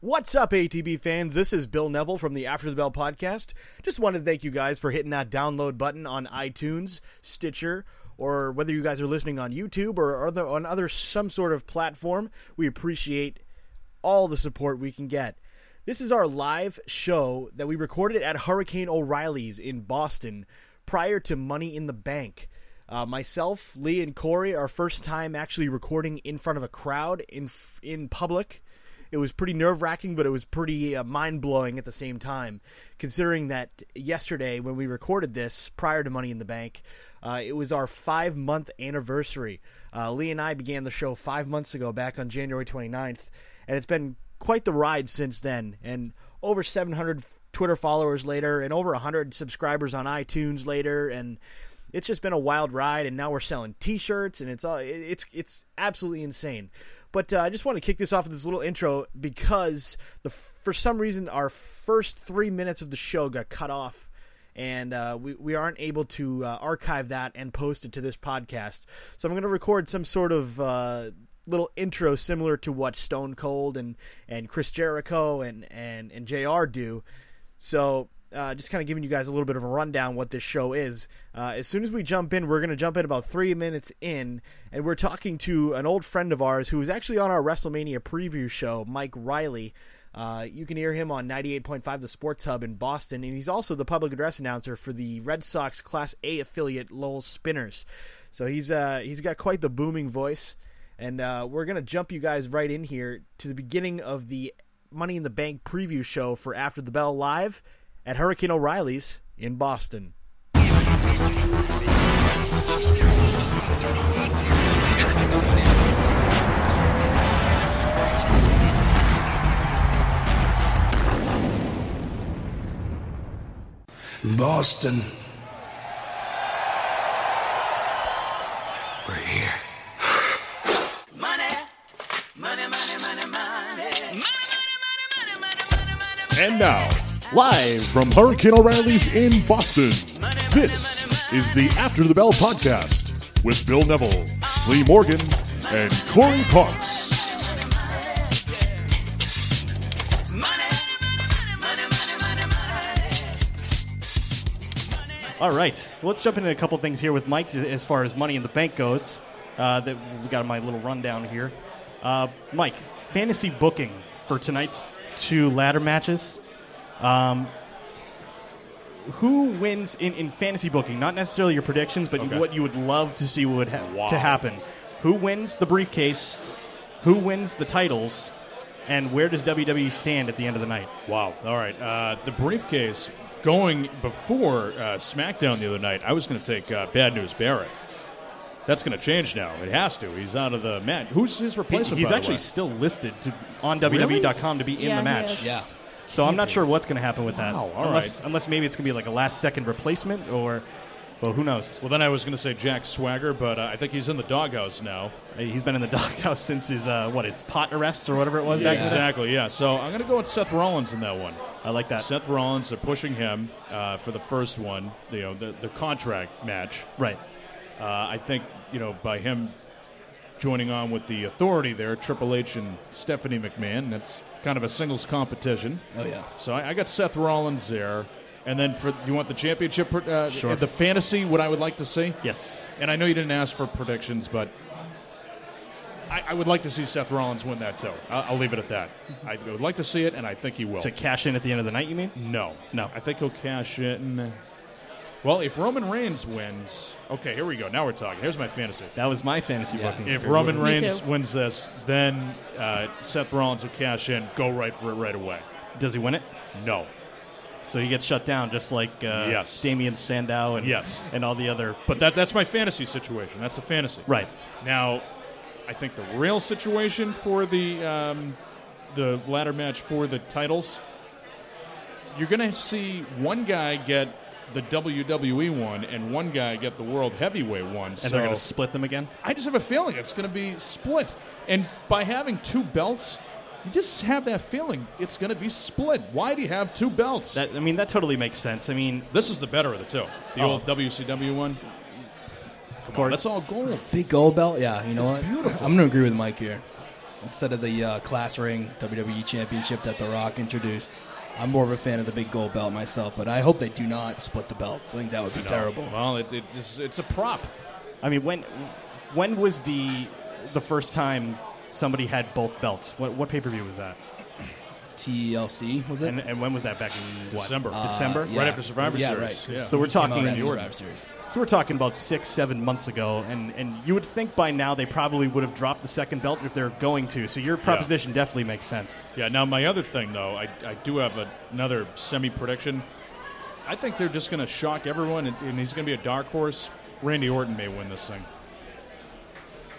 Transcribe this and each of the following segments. What's up, ATB fans? This is Bill Neville from the After the Bell podcast. Just wanted to thank you guys for hitting that download button on iTunes, Stitcher, or whether you guys are listening on YouTube or other, on other some sort of platform. We appreciate all the support we can get. This is our live show that we recorded at Hurricane O'Reilly's in Boston prior to Money in the Bank. Uh, myself, Lee, and Corey, our first time actually recording in front of a crowd in f- in public. It was pretty nerve wracking, but it was pretty uh, mind blowing at the same time, considering that yesterday when we recorded this prior to Money in the Bank, uh, it was our five month anniversary. Uh, Lee and I began the show five months ago, back on January 29th, and it's been quite the ride since then. And over 700 f- Twitter followers later, and over 100 subscribers on iTunes later, and it's just been a wild ride and now we're selling t-shirts and it's all it- it's it's absolutely insane but uh, i just want to kick this off with this little intro because the for some reason our first three minutes of the show got cut off and uh, we, we aren't able to uh, archive that and post it to this podcast so i'm going to record some sort of uh, little intro similar to what stone cold and, and chris jericho and, and, and jr do so, uh, just kind of giving you guys a little bit of a rundown what this show is. Uh, as soon as we jump in, we're going to jump in about three minutes in, and we're talking to an old friend of ours who was actually on our WrestleMania preview show, Mike Riley. Uh, you can hear him on 98.5 The Sports Hub in Boston, and he's also the public address announcer for the Red Sox Class A affiliate Lowell Spinners. So he's uh, he's got quite the booming voice, and uh, we're gonna jump you guys right in here to the beginning of the Money in the Bank preview show for After the Bell Live at Hurricane O'Reilly's in Boston. Boston. We're here. And now, live from Hurricane O'Reilly's in Boston, this is the After the Bell podcast with Bill Neville, Lee Morgan, and Corey Potts. All right. Well, let's jump into a couple things here with Mike as far as money in the bank goes. Uh, that we got my little rundown here. Uh, Mike, fantasy booking for tonight's two ladder matches. Um, who wins in, in fantasy booking? Not necessarily your predictions, but Okay. what you would love to see would ha- Wow. to happen. Who wins the briefcase? Who wins the titles? And where does WWE stand at the end of the night? Wow. All right. Uh, the briefcase going before uh, SmackDown the other night, I was going to take uh, Bad News Barrett. That's going to change now. It has to. He's out of the match. Who's his He- replacement? he's by the actually way? still listed to, on Really? WWE.com to be in Yeah, the he match. is. Yeah. So I'm not sure what's going to happen with that. Wow, all unless, right. unless maybe it's going to be like a last second replacement or, well, who knows? Well, then I was going to say Jack Swagger, but uh, I think he's in the doghouse now. Uh, He's been in the doghouse since his uh, what his pot arrests or whatever it was back then. Exactly. Yeah. So I'm going to go with Seth Rollins in that one. I like that. Seth Rollins. They're pushing him uh, for the first one. You know, the the contract match. Right. Uh, I think you know by him joining on with the authority there, Triple H and Stephanie McMahon. That's kind of a singles competition. Oh yeah. So I, I got Seth Rollins there, and then for you want the championship, uh, Sure. the fantasy. What I would like to see, Yes. and I know you didn't ask for predictions, but. I, I would like to see Seth Rollins win that too. I'll, I'll leave it at that. I would like to see it, and I think he will. To cash in at the end of the night, you mean? No, No. I think he'll cash in. Well, if Roman Reigns wins, okay, here we go. Now we're talking. Here's my fantasy. That was my fantasy booking. If Roman Me Reigns too. wins this, then uh, Seth Rollins will cash in, go right for it right away. Does he win it? No. So he gets shut down, just like uh, Yes. Damian Sandow and Yes. and all the other. But that, that's my fantasy situation. That's a fantasy. Right. Now, I think the real situation for the, um, the ladder match for the titles, you're going to see one guy get the WWE one and one guy get the World Heavyweight one. And they're going to split them again. I just have a feeling it's going to be split. And by having two belts, you just have that feeling it's going to be split. Why do you have two belts? That I mean, that totally makes sense. I mean, this is the better of the two. The Oh. old WCW one. Come on, Corey- that's all gold. Big gold belt. Yeah. You know what? beautiful. I'm gonna agree with Mike here. instead of the uh, class ring WWE Championship that The Rock introduced. I'm more of a fan of the big gold belt myself, but I hope they do not split the belts. I think that would be terrible. Well, it, it is, it's a prop. I mean, when when was the the first time somebody had both belts? What what pay per view was that? TLC was it? And, and when was that back in what? December. Uh, December? yeah. Right after Survivor yeah, Series. Right. Yeah. So we're It came out talking after in Survivor Series. So we're talking about six, seven months ago, and, and you would think by now they probably would have dropped the second belt if they're going to. So your proposition definitely makes sense. Yeah. Now, my other thing, though, I, I do have a, another semi prediction. I think they're just going to shock everyone, and, and he's going to be a dark horse. Randy Orton may win this thing.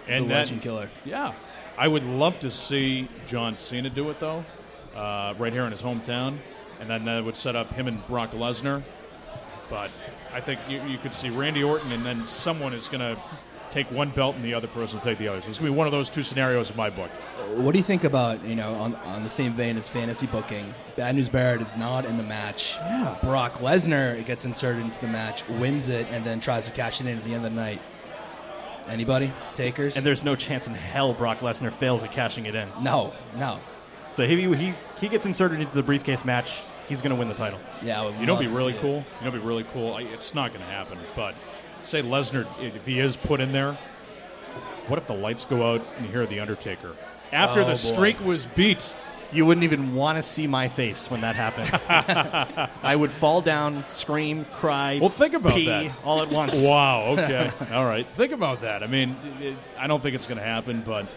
The And Legend then, Killer. yeah, I would love to see John Cena do it though, uh, right here in his hometown, and then that would set up him and Brock Lesnar. But I think you, you could see Randy Orton, and then someone is going to take one belt, and the other person will take the other. So it's going to be one of those two scenarios in my book. What do you think about you know on, on the same vein as fantasy booking? Bad News Barrett is not in the match. Yeah. Brock Lesnar gets inserted into the match, wins it, and then tries to cash it in at the end of the night. Anybody takers? And there's no chance in hell Brock Lesnar fails at cashing it in. no, no. So he he, he gets inserted into the briefcase match. He's going to win the title. Yeah, I would You know, love what'd be to really see it. cool. You know, what'd be really cool. I, it's not going to happen, but say Lesnar, if he is put in there, what if the lights go out and you hear the Undertaker after Oh, the boy. streak was beat? You wouldn't even want to see my face when that happened. I would fall down, scream, cry. Well, think about pee, that. all at once. Wow. Okay. All right. Think about that. I mean, it, I don't think it's going to happen, but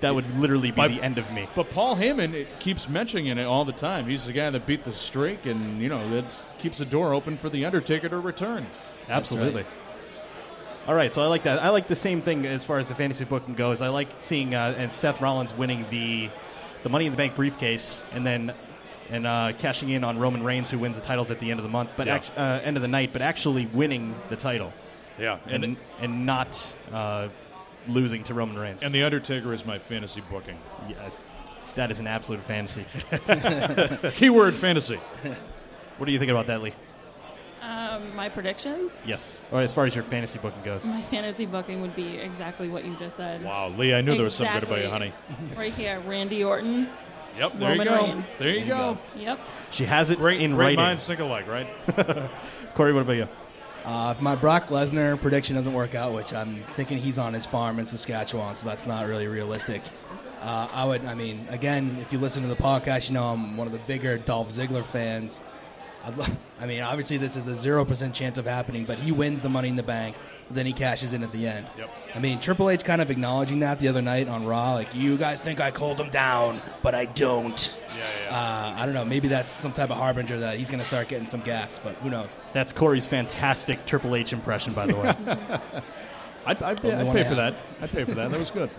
That would literally be My- the end of me. but Paul Heyman it keeps mentioning it all the time. He's the guy that beat the streak, and you know that keeps the door open for the Undertaker to return. Absolutely. All right, so I like that. I like the same thing as far as the fantasy booking goes. I like seeing uh, and Seth Rollins winning the the Money in the Bank briefcase, and then and uh, cashing in on Roman Reigns, who wins the titles at the end of the month, but Yeah. act- uh, end of the night, but actually winning the title Yeah. and And and, not uh, losing to Roman Reigns. and the Undertaker is my fantasy booking. Yeah, that is an absolute fantasy. Keyword fantasy. what do you think about that, Lee? Um, my predictions. Yes, or as far as your fantasy booking goes. Mm. My fantasy booking would be exactly what you just said. Wow, Lee, I knew there was something good about you, honey. Exactly. Right here, Randy Orton. Yep, there Roman you go. Reigns. There you go. Yep. She has it Great, in great writing. minds think alike, right? Corey, what about you? Uh, if my Brock Lesnar prediction doesn't work out, which I'm thinking he's on his farm in Saskatchewan, so that's not really realistic. Uh, I would, I mean, again, if you listen to the podcast, you know I'm one of the bigger Dolph Ziggler fans. I'd lo- I mean, obviously, this is a 0% chance of happening, but he wins the money in the bank, then he cashes in at the end. Yep. I mean, Triple H kind of acknowledging that the other night on Raw. Like, you guys think I called him down, but I don't. Yeah, yeah. Uh, I don't know. Maybe that's some type of harbinger that he's going to start getting some gas, but who knows? That's Corey's fantastic Triple H impression, by the way. I'd, I'd, Only I'd one pay I for have. that. I'd pay for that. That was good.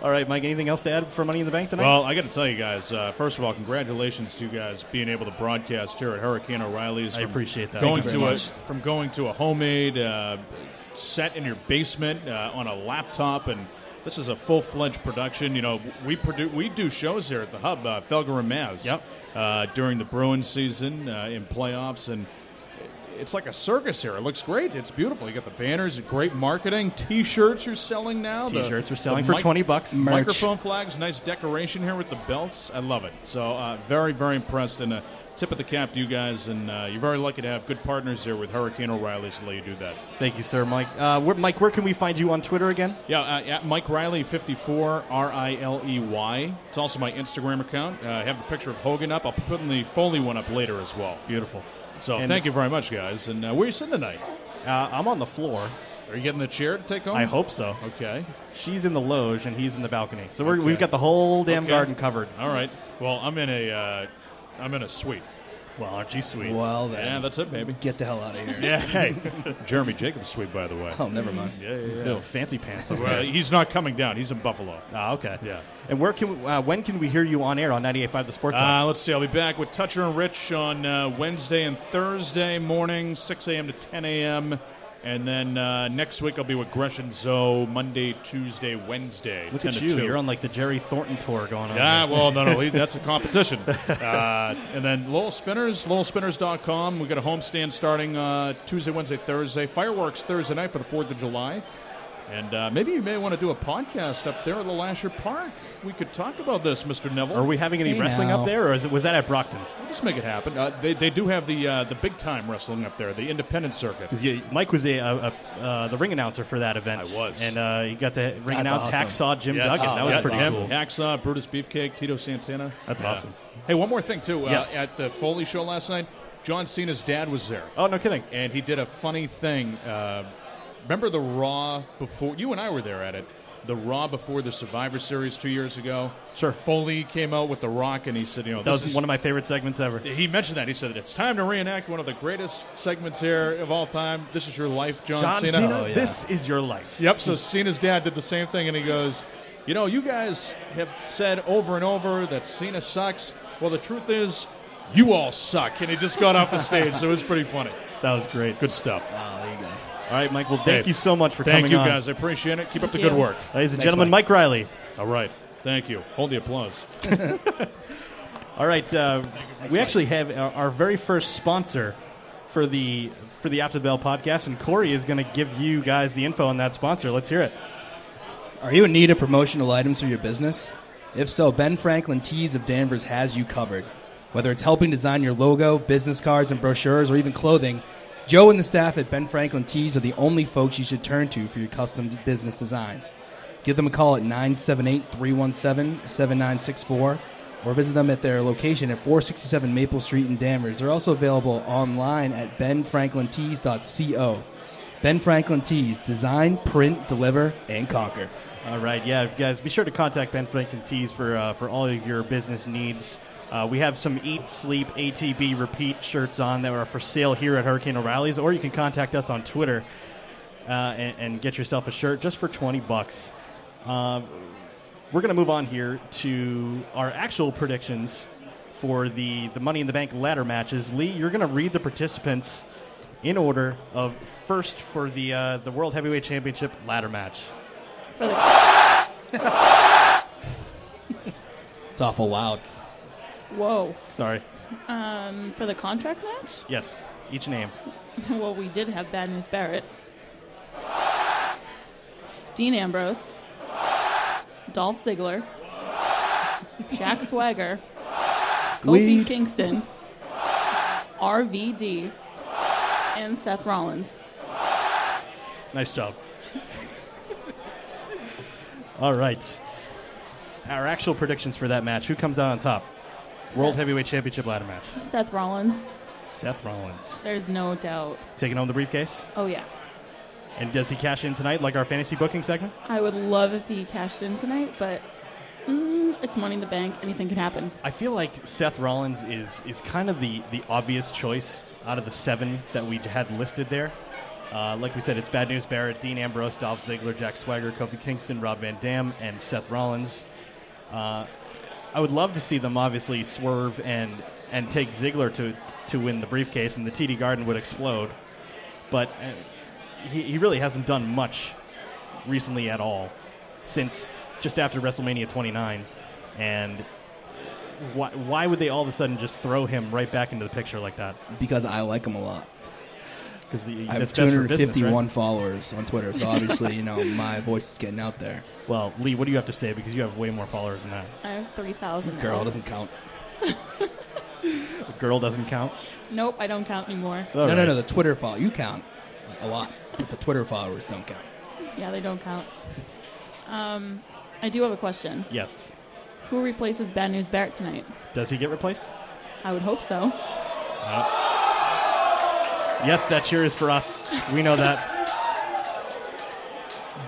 All right, Mike. Anything else to add for Money in the Bank tonight? Well, I got to tell you guys. Uh, first of all, congratulations to you guys being able to broadcast here at Hurricane O'Reilly's. I from appreciate that. Going Thank you to very a much. from going to a homemade uh, set in your basement uh, on a laptop, and this is a full fledged production. You know, we produce we do shows here at the Hub, uh, Felger and Maz. Yep. Uh, during the Bruins season uh, in playoffs and. It's like a circus here. It looks great. It's beautiful. You got the banners, great marketing. T-shirts are selling now. The- T-shirts are the selling for mic- twenty bucks. Merch. Microphone flags, nice decoration here with the belts. I love it. So uh, very, very impressed, and a tip of the cap to you guys. And uh, you're very lucky to have good partners here with Hurricane O'Reilly to let you do that. Thank you, sir, Mike. Uh, where, Mike, where can we find you on Twitter again? Yeah, uh, at Mike Riley fifty four R I L E Y. It's also my Instagram account. Uh, I have the picture of Hogan up. I'll be putting the Foley one up later as well. Beautiful. So And- thank you very much, guys. And uh, where are you sitting tonight? Uh, I'm on the floor. Are you getting the chair to take home? I hope so. Okay. She's in the loge and he's in the balcony. So we're, Okay. we've got the whole damn Okay. garden covered. All right. Well, I'm in a, uh, I'm in a suite. Well, aren't you sweet? Well, then. Yeah, that's it, baby. Get the hell out of here. Yeah. Hey, Jeremy Jacobs suite, by the way. Oh, never mind. Yeah, yeah, Little fancy pants. Over Well, there. he's not coming down. He's in Buffalo. Ah, okay. Yeah. And where can we, uh, when can we hear you on air on 98.5 The Sports? Hub? Uh, let's see. I'll be back with Toucher and Rich on uh, Wednesday and Thursday morning, 6 a.m. to 10 a.m. And then uh, next week I'll be with Gresham Zoe Monday, Tuesday, Wednesday. Look 10 at to you. 2. You're on like the Jerry Thornton tour going on. Yeah, there. well, no, no, he- that's a competition. Uh, and then Lowell Spinners, lowellspinners.com. we got a homestand starting uh, Tuesday, Wednesday, Thursday. Fireworks Thursday night for the 4th of July. And uh, maybe you may want to do a podcast up there at the Lasher Park. We could talk about this, Mr. Neville. Are we having any Hey, wrestling now. up there, or is it, was that at Brockton? We'll just make it happen. Uh, they, they do have the uh, the big time wrestling up there, the independent circuit. 'Cause you- Mike was a, a, a, uh, the ring announcer for that event. I was. and uh, you got to ring That's announce awesome. Hacksaw Jim Yes. Duggan. Oh, that was that's pretty Him, awesome. cool. Hacksaw, Brutus Beefcake, Tito Santana. That's Yeah. awesome. Hey, one more thing too. Uh, Yes. At the Foley show last night, John Cena's dad was there, Oh no, kidding. and he did a funny thing. Uh, remember the Raw before you and I were there at it. The Raw before the Survivor Series two years ago. Sure. Foley came out with The Rock, and he said, "You know, That this was is- one of my favorite segments ever. He mentioned that. He said, It's time to reenact one of the greatest segments here of all time. This is your life, John, John Cena, Oh, yeah. this is your life. Yep, so Cena's dad did the same thing, and he goes, You know, you guys have said over and over that Cena sucks. Well, the truth is, you all suck. And he just got off the stage, so it was pretty funny. That was great. Good stuff. Oh, there you go. All right, Mike. Well, thank Hey, you so much for Thank coming you, on. guys. I appreciate it. Keep up the Thank good you. work. Ladies and gentlemen, Mike Riley. All right. Thank you. Hold the applause. All right, uh, we actually have our, our very first sponsor for the for the After the Bell podcast, and Corey is going to give you guys the info on that sponsor. Let's hear it. Are you in need of promotional items for your business? If so, Ben Franklin Tees of Danvers has you covered. Whether it's helping design your logo, business cards and brochures, or even clothing, Joe and the staff at Ben Franklin Tees are the only folks you should turn to for your custom business designs. Give them a call at 978 317 7964 or visit them at their location at 467 Maple Street in Danvers. They're also available online at benfranklintees.co. Ben Franklin Tees, design, print, deliver, and conquer. All right, yeah, guys, be sure to contact Ben Franklin Tees for uh, for all of your business needs. Uh, we have some Eat Sleep ATB Repeat shirts on that are for sale here at Hurricane O'Reilly's, or you can contact us on Twitter uh, and, and get yourself a shirt just for twenty bucks. Um, we're going to move on here to our actual predictions for the the Money in the Bank ladder matches. Lee, you're going to read the participants in order of first for the uh, the World Heavyweight Championship ladder match. It's awful loud. Whoa. Sorry. Um, for the contract match? Yes, each name. well, we did have Bad News Barrett. Dean Ambrose. Dolph Ziggler. Jack Swagger. Kofi Weed. Kingston. RVD. And Seth Rollins. Nice job. All right. Our actual predictions for that match. Who comes out on top? World Heavyweight Championship ladder match. Seth Rollins. Seth Rollins There's no doubt. taking home the briefcase. Oh, yeah. And does he cash in tonight, like our fantasy booking segment? I would love if he cashed in tonight, but mm, it's money in the bank. Anything can happen. I feel like Seth Rollins is is kind of the the obvious choice out of the seven that we had listed there. Uh, like we said, it's Bad News Barrett, Dean Ambrose, Dolph Ziggler, Jack Swagger, Kofi Kingston, Rob Van Dam, and Seth Rollins. Uh, I would love to see them obviously swerve and and take Ziggler to to win the briefcase, and the TD Garden would explode. But uh, he, he really hasn't done much recently at all since just after WrestleMania 29, and why, why would they all of a sudden just throw him right back into the picture like that? Because I like him a lot. Because I have that's best for business, 251 right? followers on Twitter, so obviously, you know, my voice is getting out there. Well, Lee, what do you have to say? Because you have way more followers than that. I have 3,000. Girl now. it doesn't count. The girl doesn't count. Nope, I don't count anymore. All no, no, right. no. The Twitter follow you count a lot, but the Twitter followers don't count. Yeah, they don't count. Um, I do have a question. Yes. Who replaces Bad News Barrett tonight? Does he get replaced? I would hope so. Yes, that cheer is for us. We know that.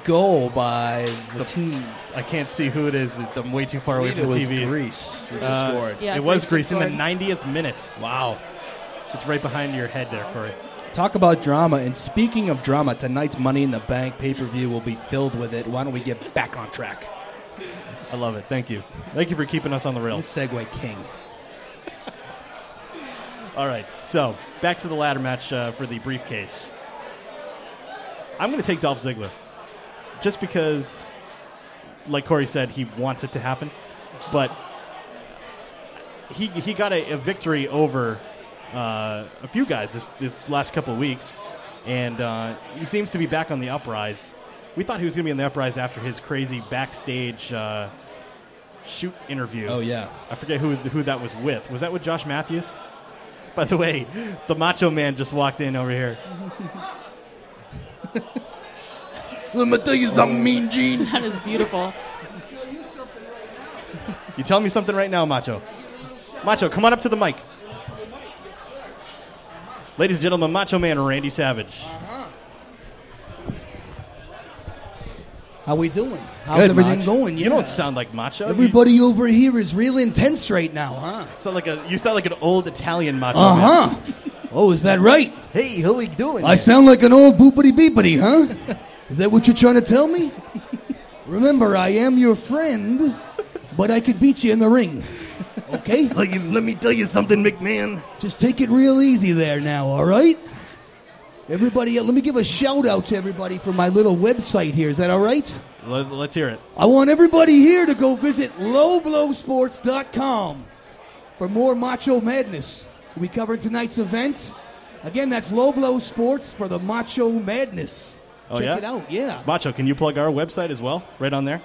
Goal by the, team. I can't see who it is. I'm way too far away from the was TV. Greece. We just Uh, scored. Yeah, it was Greece Greece just in the scored. 90th minute. Wow. It's right behind your head there, Corey. Talk about drama. And speaking of drama, tonight's Money in the Bank pay per view will be filled with it. Why don't we get back on track? I love it. Thank you. Thank you for keeping us on the rails. Segway King. All right, so back to the ladder match uh, for the briefcase. I'm going to take Dolph Ziggler, just because, like Corey said, he wants it to happen, but he he got a, a victory over uh, a few guys this, this last couple of weeks, and uh, he seems to be back on the uprise. We thought he was going to be in the uprise after his crazy backstage uh, shoot interview. Oh yeah, I forget who who that was with. Was that with Josh Matthews? By the way, the Macho Man just walked in over here. let me tell you something, Mean Gene. That is beautiful. You tell me something right now, Macho. Macho, come on up to the mic. Ladies and gentlemen, Macho Man Randy Savage. How we doing? How's Good, everything Mach. going? Yeah. You don't sound like Macho. Everybody over here is real intense right now, huh? you sound like a you sound like an old Italian Macho Man. Uh-huh. Uh huh. oh, is that right? Hey, how we doing? I sound like an old boopity beepity, huh? Is that what you're trying to tell me? Remember, I am your friend, but I could beat you in the ring. Okay? let me tell you something, McMahon. Just take it real easy there now, all right? Everybody, uh, let me give a shout out to everybody for my little website here. Is that all right? Let, let's hear it. I want everybody here to go visit lowblowsports.com for more macho madness. We covered tonight's event. Again, that's Low Blow Sports for the Macho Madness. Oh, Check yeah? it out, yeah. Macho, can you plug our website as well? Right on there.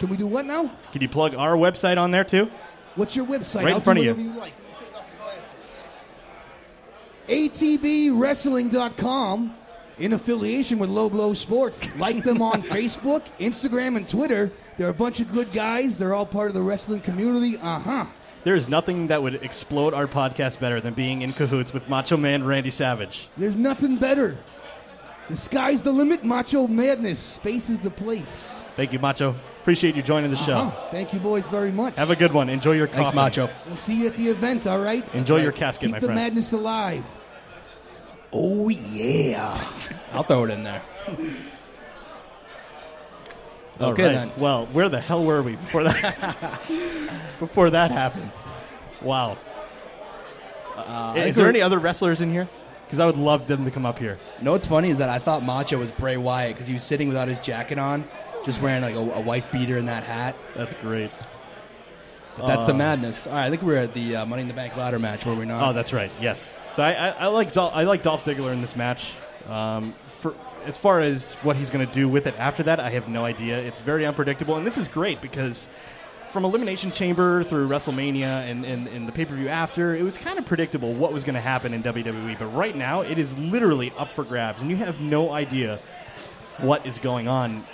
Can we do what now? Can you plug our website on there too? What's your website? Right in I'll do front of you. whatever like. Let me take off the glasses. ATBWrestling.com in affiliation with Low Blow Sports. Like them on Facebook, Instagram, and Twitter. They're a bunch of good guys. They're all part of the wrestling community. Uh huh. There is nothing that would explode our podcast better than being in cahoots with Macho Man Randy Savage. There's nothing better. The sky's the limit, macho madness. Space is the place. Thank you, Macho. Appreciate you joining the show. Uh-huh. Thank you, boys, very much. Have a good one. Enjoy your coffee. Thanks, Macho. we'll see you at the event, all right? Enjoy your casket, Keep my the friend. madness alive. Oh, yeah. I'll throw it in there. All okay right. then. Well, where the hell were we before that? before that happened. Wow. is there agree- any other wrestlers in here? Because I would love them to come up here. You know what's funny is that I thought Macho was Bray Wyatt because he was sitting without his jacket on, just wearing like a, a white beater and that hat. That's great. But that's the madness. All right, I think we're at the uh, Money in the Bank ladder match, were we not? Oh, that's right. Yes. So I, I, I like Zol- I like Dolph Ziggler in this match. Um, for as far as what he's going to do with it after that, I have no idea. It's very unpredictable, and this is great because from Elimination Chamber through WrestleMania and, and, and the pay per view after, it was kind of predictable what was going to happen in WWE. But right now, it is literally up for grabs, and you have no idea what is going on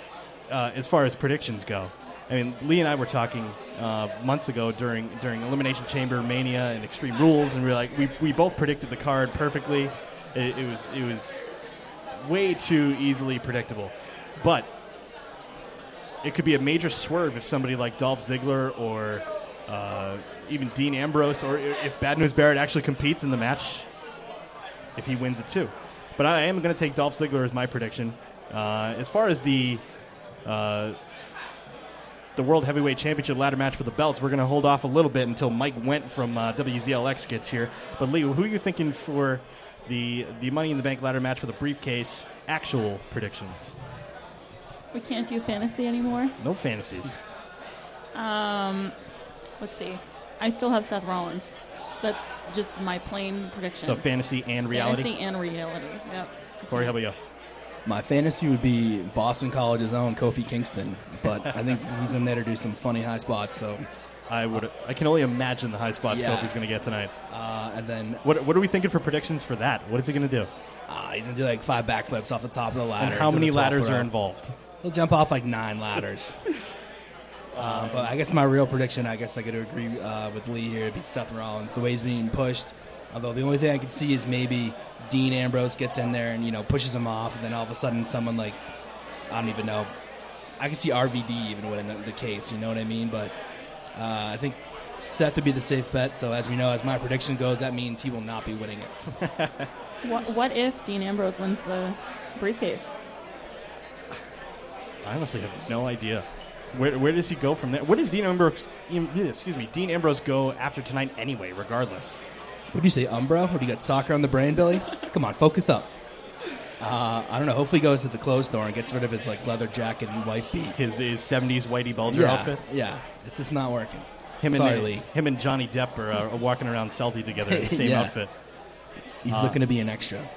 uh, as far as predictions go. I mean, Lee and I were talking uh, months ago during during Elimination Chamber Mania and Extreme Rules, and we were like, we, we both predicted the card perfectly. It, it was it was way too easily predictable, but it could be a major swerve if somebody like Dolph Ziggler or uh, even Dean Ambrose, or i- if Bad News Barrett actually competes in the match, if he wins it too. But I am going to take Dolph Ziggler as my prediction. Uh, as far as the uh, the World Heavyweight Championship ladder match for the belts, we're going to hold off a little bit until Mike Went from uh, WZLX gets here. But Lee, who are you thinking for the the Money in the Bank ladder match for the briefcase? Actual predictions, We can't do fantasy anymore. no fantasies. Um, let's see. I still have Seth Rollins. That's just my plain prediction. So fantasy and reality. Fantasy and reality. Yep. Corey, how about you? My fantasy would be Boston College's own Kofi Kingston, but I think he's in there to do some funny high spots. So, I would. I can only imagine the high spots Yeah. Kofi's going to get tonight. uh, and then What What are we thinking for predictions for that? What is he going to do? uh, he's gonna do like five backflips off the top of the ladder. And how to the many 12th ladders row. are involved? He'll jump off like nine ladders. uh, but I guess my real prediction, I guess I could agree uh, with Lee here, would be Seth Rollins. The way he's being pushed. Although the only thing I could see is maybe Dean Ambrose gets in there and you know pushes him off, and then all of a sudden someone like I don't even know. I could see RVD even winning the, the case. You know what I mean? But uh, I think Seth would be the safe bet. So as we know, as my prediction goes, that means he will not be winning it. What, what if Dean Ambrose wins the briefcase? I honestly have no idea. Where, where does he go from there? Where does Dean Ambrose? em- Excuse me, Dean Ambrose go after tonight anyway? Regardless, What do you say, Umbro? What do you got, soccer on the brain, Billy? Come on, focus up. Uh, I don't know. Hopefully, he goes to the clothes store and gets rid of his like leather jacket and wife beat. his his seventies Whitey Bulger yeah, outfit. yeah. It's just not working. Him Sorry, and Lee. him and Johnny Depp are, uh, are walking around Celtic together in the same Yeah. outfit. He's looking to be an extra.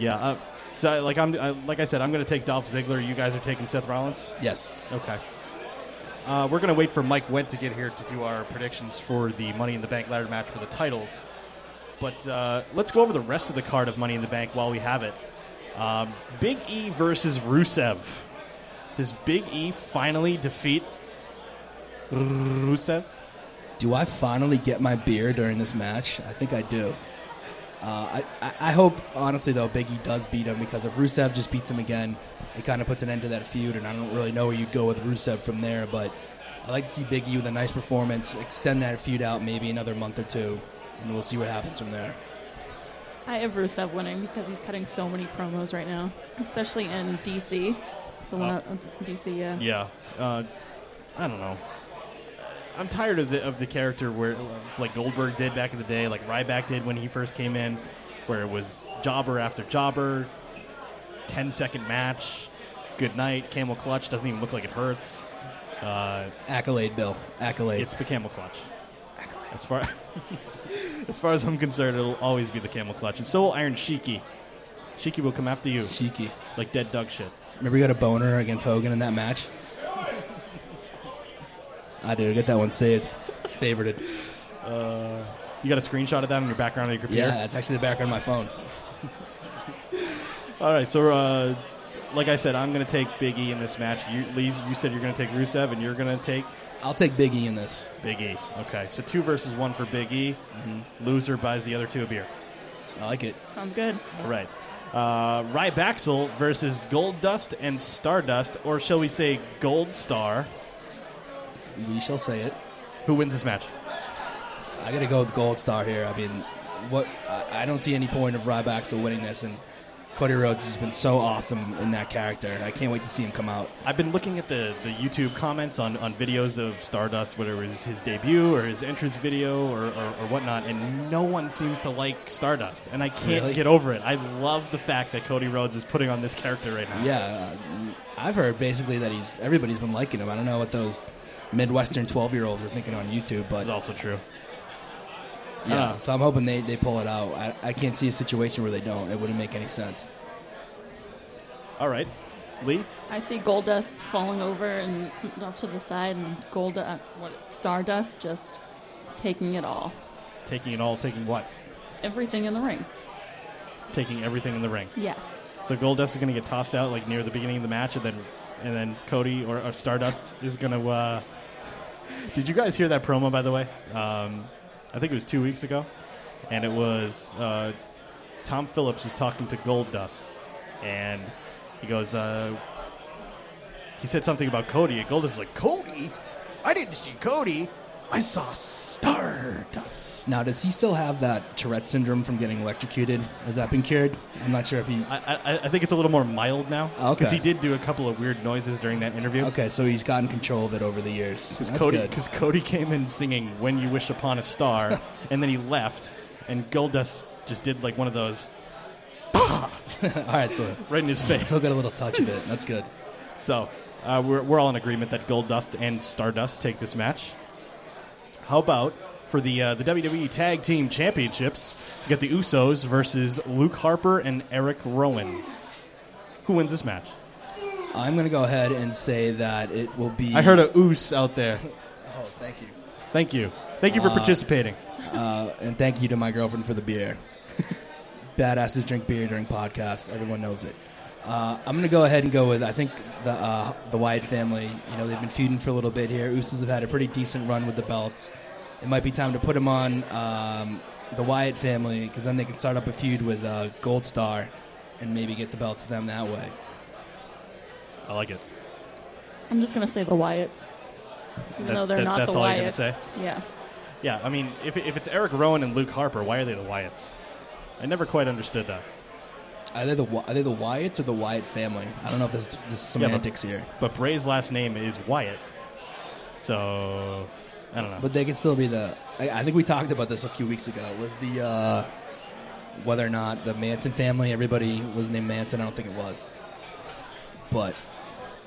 Yeah, uh, So, like I'm, I, like I said, I'm going to take Dolph Ziggler. You guys are taking Seth Rollins. Yes. Okay. Uh, we're going to wait for Mike Went to get here to do our predictions for the Money in the Bank ladder match for the titles. But uh, let's go over the rest of the card of Money in the Bank while we have it. Um, Big E versus Rusev. Does Big E finally defeat Rusev? Do I finally get my beer during this match? I think I do. Uh, I, I, I hope, honestly, though, Biggie does beat him because if Rusev just beats him again, it kind of puts an end to that feud, and I don't really know where you'd go with Rusev from there. But I like to see Biggie with a nice performance, extend that feud out maybe another month or two, and we'll see what happens from there. I have Rusev winning because he's cutting so many promos right now, especially in DC. The one Oh. out in DC, yeah. Yeah. Uh, I don't know. I'm tired of the of the character where like Goldberg did back in the day, like Ryback did when he first came in, where it was jobber after jobber, 10 second match, good night, camel clutch doesn't even look like it hurts. Uh, Accolade, Bill. Accolade. it's the camel clutch. As far as far as I'm concerned, it'll always be the camel clutch, and so will Iron Shiki. Shiki will come after you cheeky. like dead dog shit. Remember, you got a boner against Hogan in that match? I do. Get that one saved. Favorited. You got a screenshot of that on your background of your computer? Yeah, that's actually the background of my phone. All right, so uh, like I said, I'm going to take Big E in this match. You, Lee, you said you're going to take Rusev, and you're going to take I'll take Biggie in this. Big E. Okay, so two versus one for Big E. Loser buys the other two a beer. I like it. Sounds good. All right. Uh, Rybacksel versus Gold Dust and Stardust, or shall we say Gold Star? We shall say it. Who wins this match? I gotta go with Gold Star here. I mean, what I I don't see any point of Rybacksel winning this, and Cody Rhodes has been so awesome in that character. I can't wait to see him come out. I've been looking at the, the YouTube comments on, on videos of Stardust, whether it was his debut or his entrance video or, or, or whatnot, and no one seems to like Stardust. And I can't Really? get over it. I love the fact that Cody Rhodes is putting on this character right now. Yeah, uh, I've heard basically that he's everybody's been liking him. I don't know what those midwestern twelve year olds are thinking on YouTube, This but is also true. yeah. uh, so I'm hoping they, they pull it out. I, I can't see a situation where they don't. It wouldn't make any sense. All right. Lee? I see Goldust falling over and off to the side, and Gold, uh, what, Stardust just taking it all, Taking it all, taking what? everything in the ring. Taking everything in the ring. Yes, So Goldust is going to get tossed out like near the beginning of the match, and then and then Cody or, or Stardust is going to. Uh... Did you guys hear that promo by the way? Um, I think it was two weeks ago, and it was uh, Tom Phillips was talking to Goldust, and he goes, uh, he said something about Cody, and Goldust is like, Cody, I didn't see Cody, I saw Stardust. Now, does he still have that Tourette syndrome from getting electrocuted? Has that been cured? I'm not sure if he. I, I, I think it's a little more mild now Okay. because he did do a couple of weird noises during that interview. Okay, so he's gotten control of it over the years. Because That's Cody, good. because Cody came in singing "When You Wish Upon a Star," and then he left, and Goldust just did like one of those All right, so right in his face. Still got a little touch of it. That's good. So uh, we're we're all in agreement that Goldust and Stardust take this match. How about for the uh, the WWE Tag Team Championships? You got the Usos versus Luke Harper and Eric Rowan. Who wins this match? I'm going to go ahead and say that it will be. I heard a oos out there. Oh, thank you. Thank you, thank you for participating. Uh, and thank you to my girlfriend for the beer. Badasses drink beer during podcasts. Everyone knows it. Uh, I'm going to go ahead and go with I think the uh, the Wyatt family. You know they've been feuding for a little bit here. Usos have had a pretty decent run with the belts. It might be time to put them on um, the Wyatt family because then they can start up a feud with uh, Gold Star and maybe get the belts to them that way. I like it. I'm just gonna say the Wyatts, even That- though they're that- not that's the all Wyatts. you're gonna say? Yeah, Yeah, I mean, if, if it's Eric Rowan and Luke Harper, why are they the Wyatts? I never quite understood that. Are they the Wy- are they the Wyatts or the Wyatt family? I don't know if this this is Yeah, but- semantics here, But Bray's last name is Wyatt, so I don't know. but they could still be the. I, I think we talked about this a few weeks ago. Was the uh, whether or not the Manson family? Everybody was named Manson. I don't think it was, but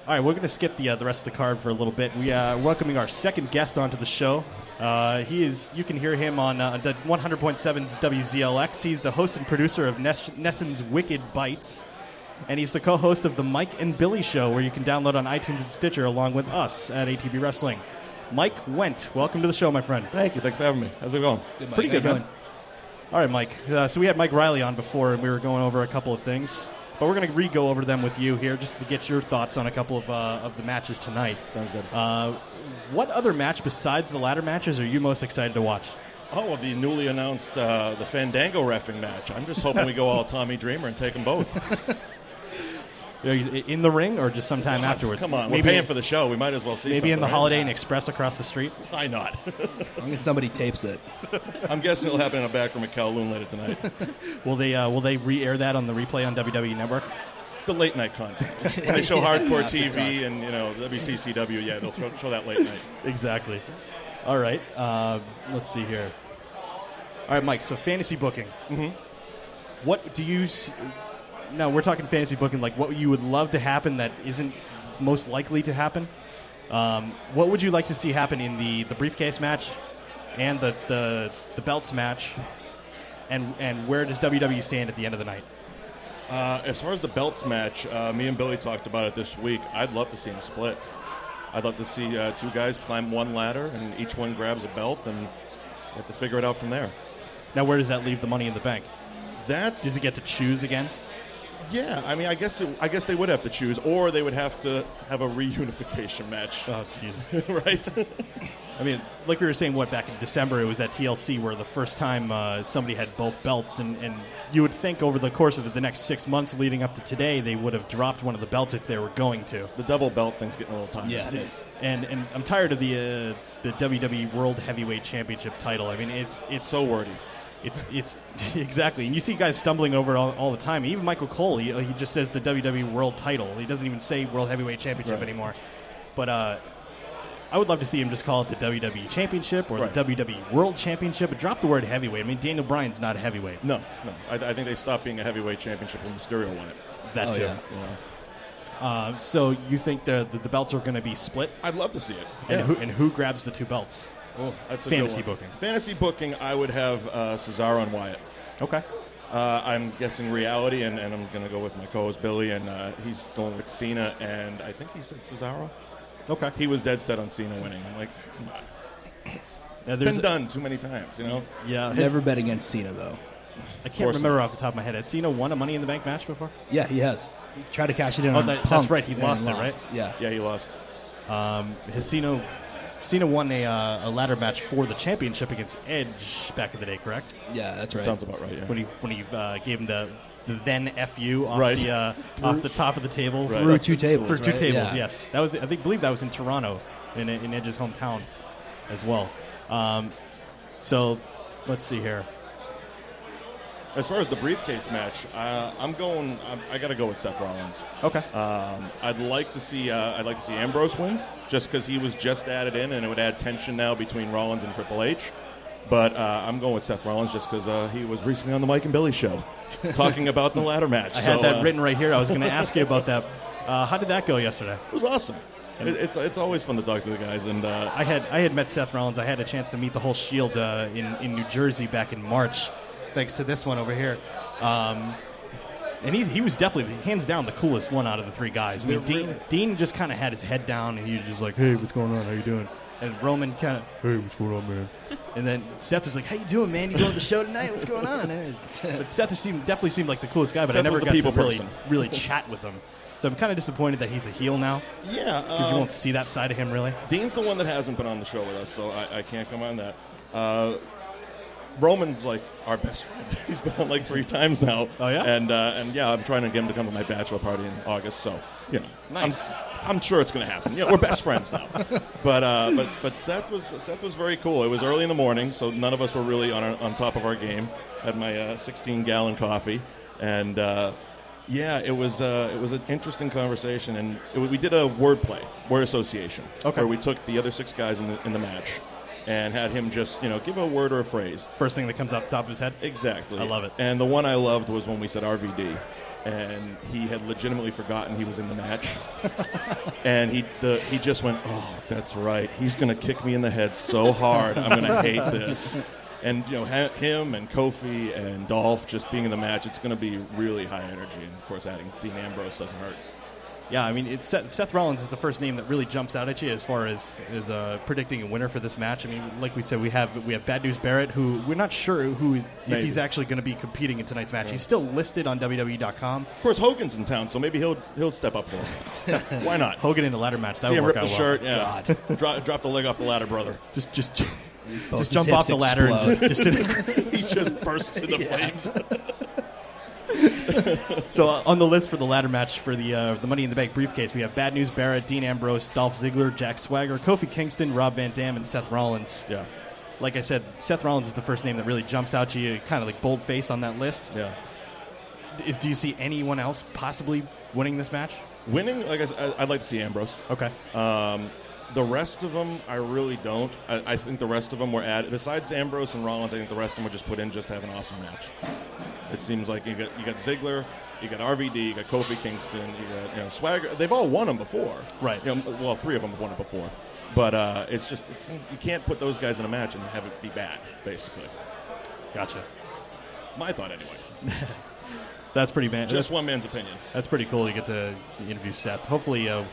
All right, we're going to skip the uh, the rest of the card for a little bit. We are welcoming our second guest onto the show. Uh, he is you can hear him on uh, the 100.7 WZLX. He's the host and producer of Nes- Nesson's Wicked Bites. and he's the co-host of the Mike and Billy Show, where you can download on iTunes and Stitcher, along with us at ATB Wrestling. Mike Went, welcome to the show, my friend. Thank you. Thanks for having me. How's it going? Mike. Pretty How you good, man. doing? All right, Mike. Uh, so we had Mike Riley on before, and we were going over a couple of things, but we're going to re-go over them with you here, just to get your thoughts on a couple of uh, of the matches tonight. Sounds good. Uh, what other match besides the ladder matches are you most excited to watch? Oh, well, the newly announced uh, the Fandango refing match. I'm just hoping we go all Tommy Dreamer and take them both. Are you in the ring or just sometime afterwards? Come on, maybe, we're paying for the show. We might as well see. maybe in something, the right? Holiday Inn Express across the street. Why not? As long as somebody tapes it. I'm guessing it'll happen in a back room at Kowloon later tonight. Will they uh, will they re-air that on the replay on WWE Network? It's the late night content. When they show hardcore TV and you know WCCW, yeah, they'll throw, show that late night. Exactly. All right. Uh, let's see here. All right, Mike. So fantasy booking. Mm-hmm. What do you? s- No, we're talking fantasy booking. Like what you would love to happen that isn't most likely to happen. Um, what would you like to see happen in the, the briefcase match and the, the the belts match? And and where does WWE stand at the end of the night? Uh, as far as the belts match, uh, me and Billy talked about it this week. I'd love to see them split. I'd love to see uh, two guys climb one ladder and each one grabs a belt and we have to figure it out from there. Now, where does that leave the money in the bank? That's Does it get to choose again? yeah. I mean, I guess it, I guess they would have to choose, or they would have to have a reunification match, Oh, Jesus. right? I mean, like we were saying, what back in December it was at TLC where the first time uh, somebody had both belts, and, and you would think over the course of the next six months leading up to today they would have dropped one of the belts if they were going to. the double belt thing's getting a little tired. Yeah, it is. And and I'm tired of the uh, the WWE World Heavyweight Championship title. I mean, it's it's so wordy. it's it's exactly, and you see guys stumbling over it all, all the time. Even Michael Cole, he, he just says the WWE World Title. He doesn't even say World Heavyweight Championship Right. anymore. But uh, I would love to see him just call it the WWE Championship or Right. the WWE World Championship. But drop the word heavyweight. I mean, Daniel Bryan's not a heavyweight. No, no. I, I think they stopped being a heavyweight championship when Mysterio won it. That Oh, too. yeah. Uh, so you think the the, the belts are going to be split? I'd love to see it. And Yeah. who and who grabs the two belts? That's a Fantasy good one. booking. Oh, Fantasy booking. I would have uh, Cesaro and Wyatt. Okay. Uh, I'm guessing reality, and, and I'm going to go with my co-host Billy, and uh, he's going with Cena, and I think he said Cesaro. Okay. He was dead set on Cena winning. I'm like, come on. Uh, it's there's- been done too many times, you know. Yeah. his- Never bet against Cena though. I can't remember off the top of my head. Has Cena won a Money in the Bank match before? Yeah, he has. He tried to cash it in. Oh, on that- that's Punk right, he and lost it, right? Yeah. Yeah, he lost. Um, has Cena, Cena won a, uh, a ladder match for the championship against Edge back in the day, correct? Yeah, that's right. Sounds about right. Yeah. When he when he uh, gave him the, the then fu off Right. the uh, off the top of the table Through two tables, through two right? tables. Yeah. Yes, that was I think believe that was in Toronto, in, in Edge's hometown, as well. Um, so let's see here. As far as the briefcase match, uh, I'm going. I'm, I got to go with Seth Rollins. Okay, Um, I'd like to see. Uh, I'd like to see Ambrose win, just because he was just added in, and it would add tension now between Rollins and Triple H. But uh, I'm going with Seth Rollins just because uh, he was recently on the Mike and Billy show, talking about the ladder match. I So, had that uh, written right here. I was going to ask you about that. Uh, how did that go yesterday? It was awesome. It, it's it's always fun to talk to the guys, and uh, I had I had met Seth Rollins. I had a chance to meet the whole Shield uh, in in New Jersey back in March, thanks to this one over here. Um, and he, he was definitely the- hands down the coolest one out of the three guys. I mean, Dean, Dean just kind of had his head down and he was just like, "Hey, what's going on? How you doing?" And Roman kind of, "Hey, what's going on, man?" And then Seth was like, "How you doing, man? You going to the show tonight? What's going on?" And- but Seth seemed, definitely seemed like the coolest guy, but I Seth never was the got to people really person. really chat with him. So I'm kind of disappointed that he's a heel now yeah, because um, you won't see that side of him really. Dean's the one that hasn't been on the show with us, so I, I can't come on that. Uh, Roman's like our best friend. He's been on like three times now. Oh, yeah? and uh, and yeah, I'm trying to get him to come to my bachelor party in August. So you know, Nice. I'm, I'm sure it's going to happen. Yeah, we're best friends now. But uh, but but Seth was Seth was very cool. It was early in the morning, so none of us were really on our, on top of our game. Had my 16 gallon coffee, and uh, yeah, it was uh, it was an interesting conversation, and it, we did a word play, word association, Okay. where we took the other six guys in the in the match, and had him just you know give a word or a phrase. First thing that comes off the top of his head. Exactly. I love it. And the one I loved was when we said RVD, and he had legitimately forgotten he was in the match, and he the, he just went, "Oh, that's right. He's going to kick me in the head so hard. I'm going to hate this." and you know ha- him and Kofi and Dolph just being in the match, it's going to be really high energy. And of course, adding Dean Ambrose doesn't hurt. Yeah, I mean, it's Seth, Seth Rollins is the first name that really jumps out at you as far as as uh, predicting a winner for this match. I mean, like we said, we have we have Bad News Barrett, who we're not sure who is, if Maybe. he's actually going to be competing in tonight's match. He's still listed on E WWE.com. Of course, Hogan's in town, so maybe he'll he'll step up for him. Why not? Hogan in a ladder match that See would him work rip the out well. shirt. Yeah, drop, drop the leg off the ladder, brother. Just just Both just his jump off the hips ladder explode. and just disintegrate. he just bursts into flames. So uh, on the list for the ladder match for the uh, the Money in the Bank briefcase, we have Bad News Barrett, Dean Ambrose, Dolph Ziggler, Jack Swagger, Kofi Kingston, Rob Van Dam, and Seth Rollins. Yeah, Like I said, Seth Rollins is the first name that really jumps out to you, kind of like bold face on that list. yeah. Is do you see anyone else possibly winning this match? Winning, like I said, I- I'd like to see Ambrose. Okay, Um, the rest of them, I really don't. I, I think the rest of them were added. Besides Ambrose and Rollins, I think the rest of them were just put in just to have an awesome match. It seems like you got you got Ziggler, you got RVD, you got Kofi Kingston, you got you know Swagger. They've all won them before, Right. You know, well, three of them have won it before, but uh, it's just it's, you can't put those guys in a match and have it be bad. Basically, gotcha. my thought anyway. That's pretty man. Just That's, one man's opinion. that's pretty cool. You get to interview Seth. Hopefully, uh,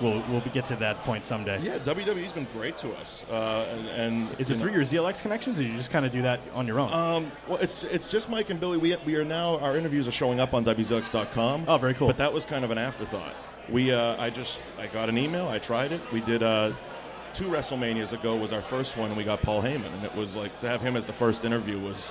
we'll we'll get to that point someday. Yeah, WWE's been great to us, uh, and, and Is it you know- through your ZLX connections, or you just kind of do that on your own? Um, well, it's it's just Mike and Billy. We, we are now our interviews are showing up on WZUX.com. Oh, very cool. But that was kind of an afterthought. We uh, I just I got an email. I tried it. We did uh, two WrestleManias ago was our first one, and we got Paul Heyman, and it was like to have him as the first interview was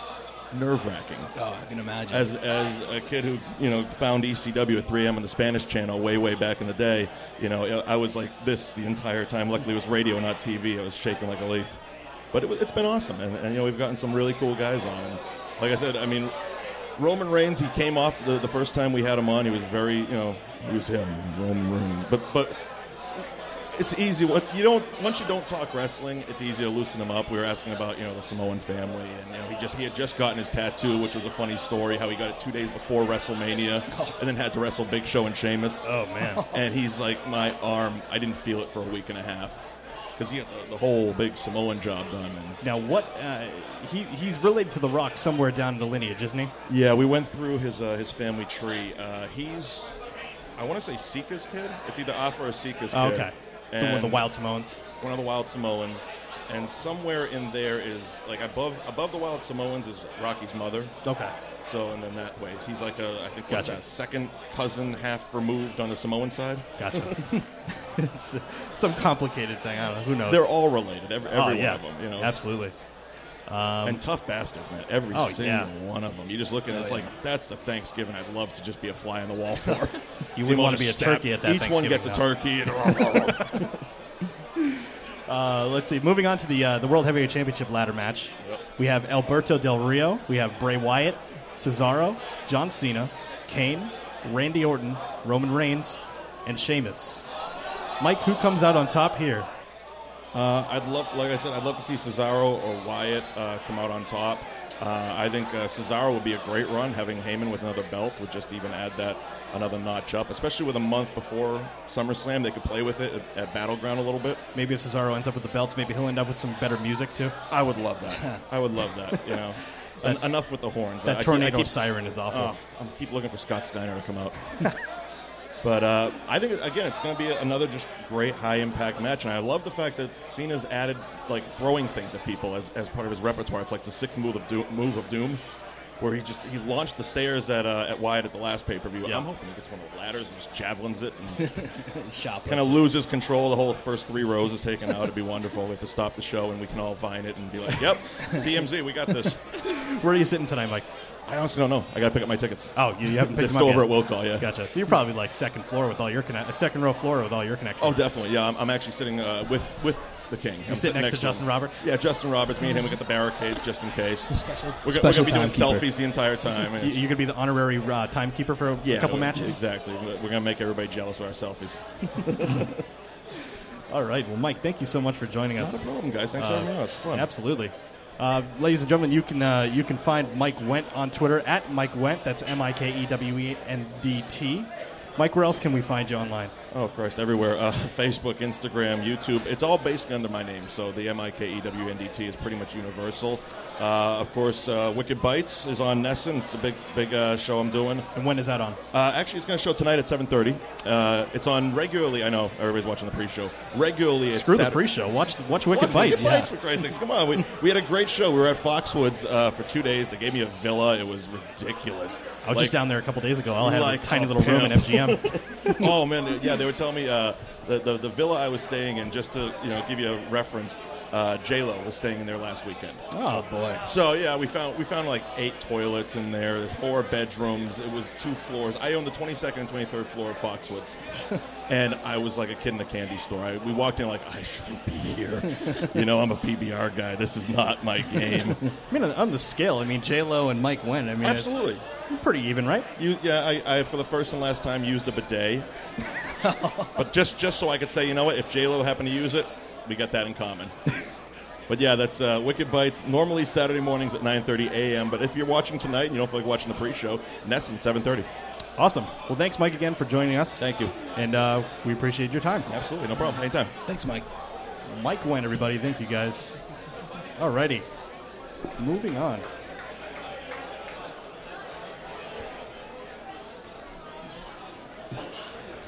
nerve wracking. Oh, I can imagine. As as a kid who you know found ECW at 3M on the Spanish channel way way back in the day, you know I I was like this the entire time. Luckily, it was radio, not TV. I was shaking like a leaf, but it, wa- it's been awesome, and, and you know we've gotten some really cool guys on. And like I said, I mean Roman Reigns, he came off the, the first time we had him on. He was very you know he was him Roman Reigns, but but. It's easy. What you don't once you don't talk wrestling, it's easy to loosen him up. We were asking about you know the Samoan family, and you know he just he had just gotten his tattoo, which was a funny story. How he got it two days before WrestleMania, and then had to wrestle Big Show and Sheamus. oh man, And he's like, my arm, I didn't feel it for a week and a half because he got the, the whole big Samoan job done. And Now, what uh, he he's related to The Rock somewhere down the lineage, isn't he? yeah, we went through his uh, his family tree. Uh, he's I want to say Sika's kid. It's either Afa or Sika's Oh, kid. okay, so one of the And- Wild Samoans. one of the Wild Samoans, and somewhere in there is like above above the Wild Samoans is Rocky's mother. Okay, So and then that way he's like a I think what's Gotcha. that second cousin half removed on the Samoan side. gotcha. it's uh, some complicated thing. I don't know. Who knows? They're all related, every, every Oh, one yeah. of them. You know, absolutely. and tough bastards, man. Every Oh, single yeah. Oh, one of them. You just look at it, it's yeah. like that's the Thanksgiving I'd love to just be a fly on the wall for. You See wouldn't them all want to just be a stabbed. turkey at that. Each one Thanksgiving, gets a though. turkey. And Uh, let's see. Moving on to the uh, the World Heavyweight Championship ladder match, we have Alberto Del Rio, we have Bray Wyatt, Cesaro, John Cena, Kane, Randy Orton, Roman Reigns, and Sheamus. Mike, who comes out on top here? Uh, I'd love, like I said, I'd love to see Cesaro or Wyatt uh, come out on top. Uh, I think uh, Cesaro would be a great run. Having Heyman with another belt would just even add that another notch up, especially with a month before SummerSlam. They could play with it at, at Battleground a little bit. Maybe if Cesaro ends up with the belts, maybe he'll end up with some better music too. I would love that. I would love that. You know, En- enough with the horns. I- I That keep- tornado I keep, siren is awful. Oh, I'm keep looking for Scott Steiner to come out. but uh, I think again, it's going to be another just great high impact match, and I love the fact that Cena's added like throwing things at people as, as part of his repertoire. It's like the sick move of doom, move of doom, where he just he launched the stairs at uh, at Wyatt at the last pay per view. Yeah. I'm hoping he gets one of the ladders and just javelins it and Shop kind of loses control. The whole first three rows is taken out. It'd be wonderful. We have to stop the show and we can all vine it and be like, "Yep, TMZ, we got this." Where are you sitting tonight, Mike? I honestly don't know. I got to pick up my tickets. Oh, you, you haven't They're picked them still up over yet. at Will Call, yeah. Gotcha. So you're probably like second floor with all your connect, second row floor with all your connections. Oh, definitely. Yeah, I'm, I'm actually sitting uh, with with the king. I'm you sit next to Justin him. Roberts. Yeah, Justin Roberts. Me and him. We got the barricades just in case. special- we're, go- special we're gonna be doing timekeeper. selfies the entire time. and You- You're gonna be the honorary uh, timekeeper for a yeah, couple we- matches. Exactly. We're we're gonna make everybody jealous with our selfies. All right. Well, Mike, thank you so much for joining us. Not a problem, guys. Thanks Uh, for having us. Fun. Absolutely. Uh, ladies and gentlemen, you can uh, you can find Mike Went on Twitter at Mike Went. That's M I K E W E N D T. Mike, where else can we find you online? Oh Christ! Everywhere, uh, Facebook, Instagram, YouTube. It's all based under my name, so the M I K E W N D T is pretty much universal. Uh, of course, uh, Wicked Bites is on Nessun. It's a big, big uh, show I'm doing. And when is that on? Uh, actually, it's going to show tonight at 7:30. Uh, it's on regularly. I know everybody's watching the pre-show. Regularly, it's Screw the Saturday- pre-show. Watch watch Wicked Watch Bites. Bites, for Christ's sakes. Come on. We, we had a great show. We were at Foxwoods uh, for two days. They gave me a villa. It was ridiculous. I was Like- just down there a couple days ago. I had like a tiny a little room in pimp. FGM. oh man, yeah, they were telling me uh, the, the the villa I was staying in. Just to you know, give you a reference, uh, J Lo was staying in there last weekend. Oh boy. So yeah, we found we found like eight toilets in there, There's four bedrooms. It was two floors. I owned the 22nd and 23rd floor of Foxwoods, and I was like a kid in a candy store. I, we walked in like I shouldn't be here. you know, I'm a PBR guy. This is not my game. I mean, on- on the scale, I mean, J Lo and Mike Wynn. I mean, it's Absolutely. pretty even, right? You, yeah, I, I for the first and last time used a bidet, but just just so I could say, you know what? If J Lo happened to use it, we got that in common. but yeah, that's uh, Wicked Bites. Normally Saturday mornings at 9:30 a.m. But if you're watching tonight and you don't feel like watching the pre-show, Nesson 7:30. Awesome. Well, thanks, Mike, again for joining us. Thank you. And uh, we appreciate your time. Absolutely, no problem. Anytime. Thanks, Mike. Mike Wynn, everybody. Thank you, guys. Alrighty. Moving on.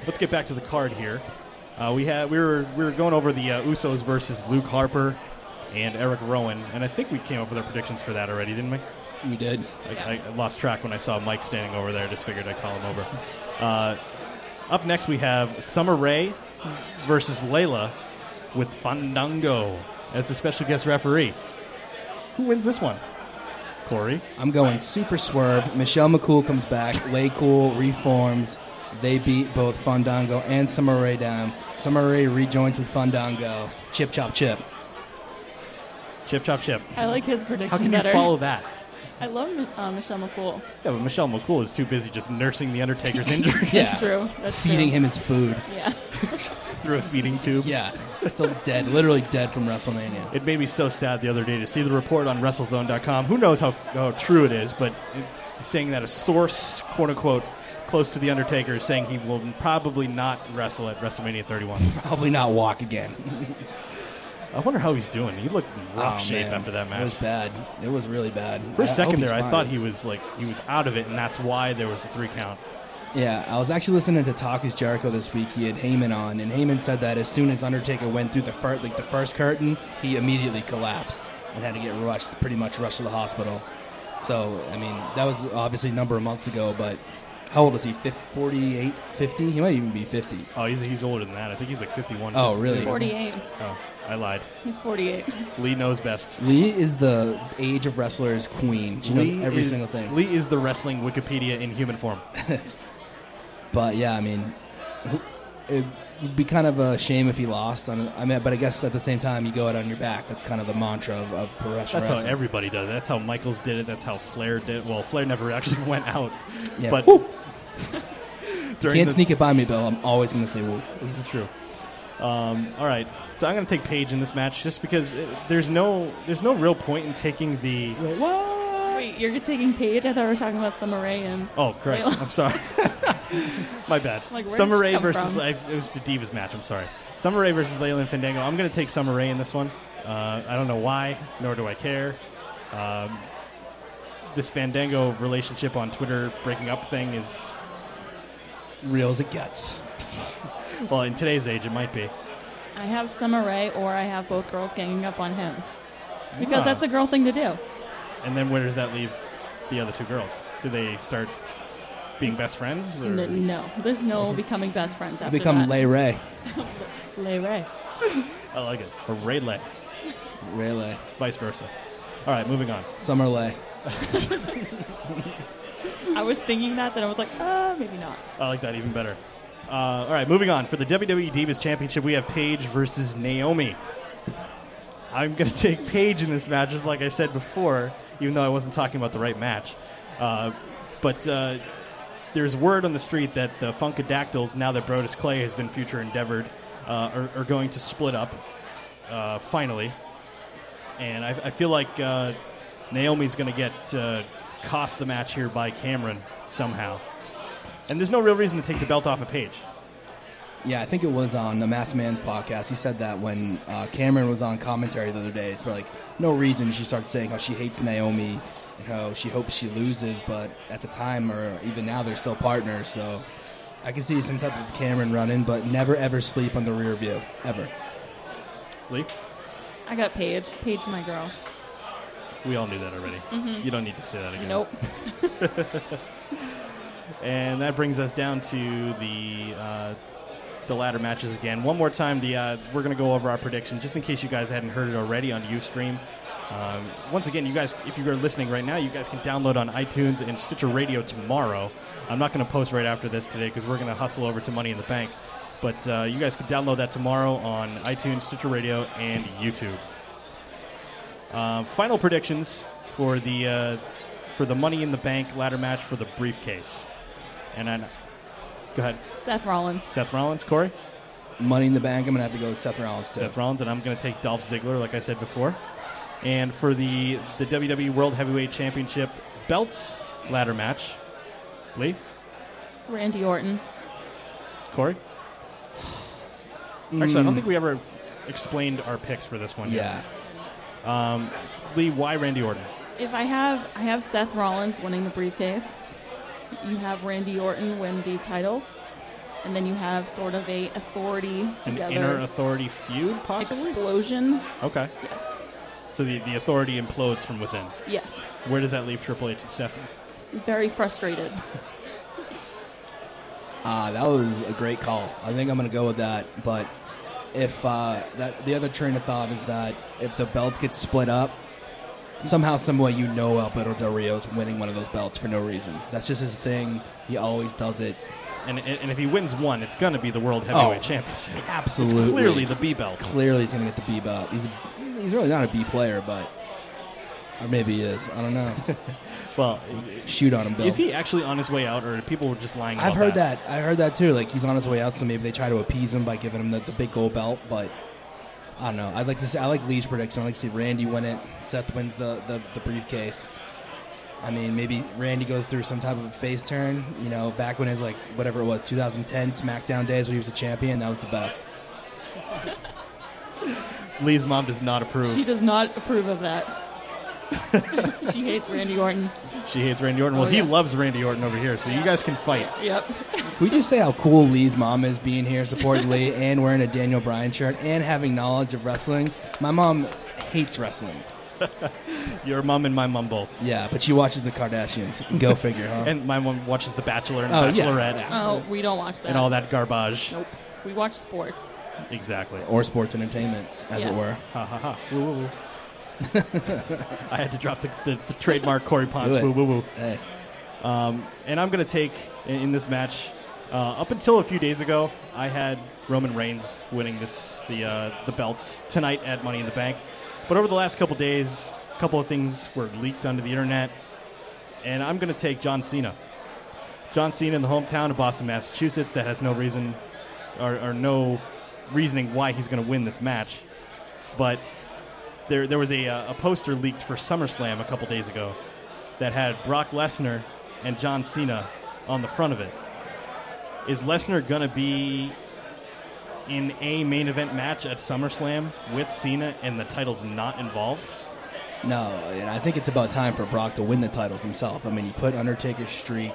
Let's get back to the card here. Uh, we had we were we were going over the uh, Usos versus Luke Harper and Eric Rowan, and I think we came up with our predictions for that already, didn't we? You did. I, I lost track when I saw Mike standing over there. I just figured I'd call him over. Uh, up next, we have Summer Rae versus Layla with Fandango as the special guest referee. Who wins this one? Corey. I'm going super swerve. Michelle McCool comes back. Lay Cool reforms. They beat both Fandango and Summer Rae down. Summer Rae rejoins with Fandango. Chip, chop, chip. Chip, chop, chip. I like his prediction How can better. you follow that? I love uh, Michelle McCool. Yeah, but Michelle McCool is too busy just nursing the Undertaker's injury Yeah. True. That's Feeding true. him his food. Yeah. through a feeding tube. Yeah. Still dead. Literally dead from WrestleMania. It made me so sad the other day to see the report on WrestleZone.com. Who knows how, how true it is, but it, saying that a source, quote unquote, close to The Undertaker is saying he will probably not wrestle at WrestleMania 31. Probably not walk again. I wonder how he's doing. He looked in rough Oh, shape man. after that It was match. bad. It was really bad. For I a hope second he's there, I fine. thought he was like he was out of it, and that's why there was a three count. Yeah, I was actually listening to Talk Is Jericho this week. He had Heyman on, and Heyman said that as soon as Undertaker went through the first, like the first curtain, he immediately collapsed and had to get rushed, pretty much rushed to the hospital. So, I mean, that was obviously a number of months ago, but how old is he? Fif- 48, 50? He might even be 50. Oh, he's, he's older than that. I think he's like 51. Oh, 52. really? 48. Oh, I lied. He's 48. Lee knows best. Lee is the age of wrestlers queen. She knows every is- single thing. Lee is the wrestling Wikipedia in human form. But yeah, I mean, who- it would be kind of a shame if he lost. On, I mean, but I guess at the same time, you go out on your back. That's kind of the mantra of, of professional That's wrestling. how everybody does it. That's how Michaels did it. That's how Flair did it. Well, Flair never actually went out. Yeah. But Woo! during Can't the- sneak it by me, Bill. I'm always going to say woo. This is true. Um, all right. So I'm going to take Paige in this match just because it, there's no there's no real point in taking the Wait, what? Wait, you're taking Paige? I thought we were talking about Summer Rae and. Oh, Christ. Wait, I'm sorry. My bad. Like, where'd Summer you Rae come versus from? I, it was the Divas match. I'm sorry. Summer Rae versus Layla and Fandango. I'm going to take Summer Rae in this one. Uh, I don't know why, nor do I care. Um, this Fandango relationship on Twitter breaking up thing is Real as it gets. well in today's age it might be. I have Summer Rae or I have both girls ganging up on him. Because Ah. that's a girl thing to do. And then where does that leave the other two girls? Do they start being best friends? Or? N- no, there's no becoming best friends I after become that. Lay Ray. Lay Rae. I like it. Or Rayleigh, Ray Lay. vice versa. All right, moving on. Summer Lay. I was thinking that, then I was like, uh, maybe not. I like that even better. Uh, all right, moving on. For the WWE Divas Championship, we have Paige versus Naomi. I'm going to take Paige in this match, just like I said before, even though I wasn't talking about the right match. Uh, but uh, there's word on the street that the Funkadactyls, now that Brodus Clay has been future endeavored, uh, are, are going to split up uh, finally. And I, I feel like uh, Naomi's going to get uh, cost the match here by Cameron somehow. And there's no real reason to take the belt off of Paige. Yeah, I think it was on the Mass Man's podcast. He said that when uh, Cameron was on commentary the other day for like no reason, she started saying how she hates Naomi and how she hopes she loses, but at the time or even now they're still partners. So I can see some type of Cameron running, but never ever sleep on the rear view ever. Lee, I got Paige. Paige, my girl. we all knew that already. Mm-hmm. You don't need to say that again. Nope. And that brings us down to the uh, the ladder matches again. One more time, the uh, we're going to go over our prediction just in case you guys hadn't heard it already on UStream. Um, once again, you guys, if you are listening right now, you guys can download on iTunes and Stitcher Radio tomorrow. I'm not going to post right after this today because we're going to hustle over to Money in the Bank. But uh, you guys can download that tomorrow on iTunes, Stitcher Radio, and YouTube. Uh, final predictions for the uh, for the Money in the Bank ladder match for the briefcase. And then, go ahead. Seth Rollins. Seth Rollins, Corey. Money in the bank. I'm gonna have to go with Seth Rollins too. Seth Rollins, and I'm going to take Dolph Ziggler, like I said before. And for the the WWE World Heavyweight Championship belts ladder match, Lee, Randy Orton. Corey. Actually, I don't think we ever explained our picks for this one. yet. yeah, Lee, why Randy Orton? If I have, I have Seth Rollins winning the briefcase. You have Randy Orton win the titles, and then you have sort of a authority An inner together authority feud, possibly. explosion. okay. Yes. So the the authority implodes from within. Yes. Where does that leave Triple H and Stephanie? Very frustrated. uh, that was a great call. I think I'm gonna go with that. But if uh, that the other train of thought is that if the belt gets split up, somehow, some way, you know Alberto Del Rio's winning one of those belts for no reason. That's just his thing. He always does it. And and if he wins one, it's going to be the World Heavyweight Championship. Absolutely. Clearly, the B belt. clearly he's gonna get the B belt. He's he's really not a B player, but or maybe he is. I don't know. Well, Shoot on him, Bill. is he actually on his way out, or are people were just lying? I've about heard that. I heard that too. Like he's on his way out, so maybe they try to appease him by giving him the, the big gold belt. But I don't know. I'd like to see. I like Lee's prediction. I like to see Randy win it. Seth wins the, the, the briefcase. I mean, maybe Randy goes through some type of a face turn. You know, back when it was like whatever it was, 2010 SmackDown days when he was a champion. That was the best. Lee's mom does not approve. She She, does not approve of that. she hates Randy Orton. hates Randy Orton. Well, Oh, he yeah. loves Randy Orton over here, so you guys can fight. Yep. Can we just say how cool Lee's mom is being here, supporting Lee, and wearing a Daniel Bryan shirt, and having knowledge of wrestling? My mom hates wrestling. Your mom and my mom both. Yeah, but she watches the Kardashians. Go figure, huh? And my mom watches The Bachelor and Oh, yeah. Bachelorette Oh, we don't watch that. and all that garbage. Nope. We watch sports. Exactly. or sports entertainment, as it Yes. were. Ha ha ha. Woo woo woo. I had to drop the, the, the trademark Corey Pons. it. Woo woo woo. Hey, And I'm going to take in, in this match. Uh, up until a few days ago, I had Roman Reigns winning this the uh, the belts tonight at Money in the Bank. But over the last couple days, a couple of things were leaked onto the internet, and I'm going to take John Cena. John Cena in the hometown of Boston, Massachusetts, that has no reason or, or no reasoning why he's going to win this match. But there there was a, uh, a poster leaked for SummerSlam a couple days ago that had Brock Lesnar and John Cena on the front of it. Is Lesnar gonna be in a main event match at SummerSlam with Cena and the title's not involved? no, and I think it's about time for Brock to win the titles himself. I mean, he put Undertaker's streak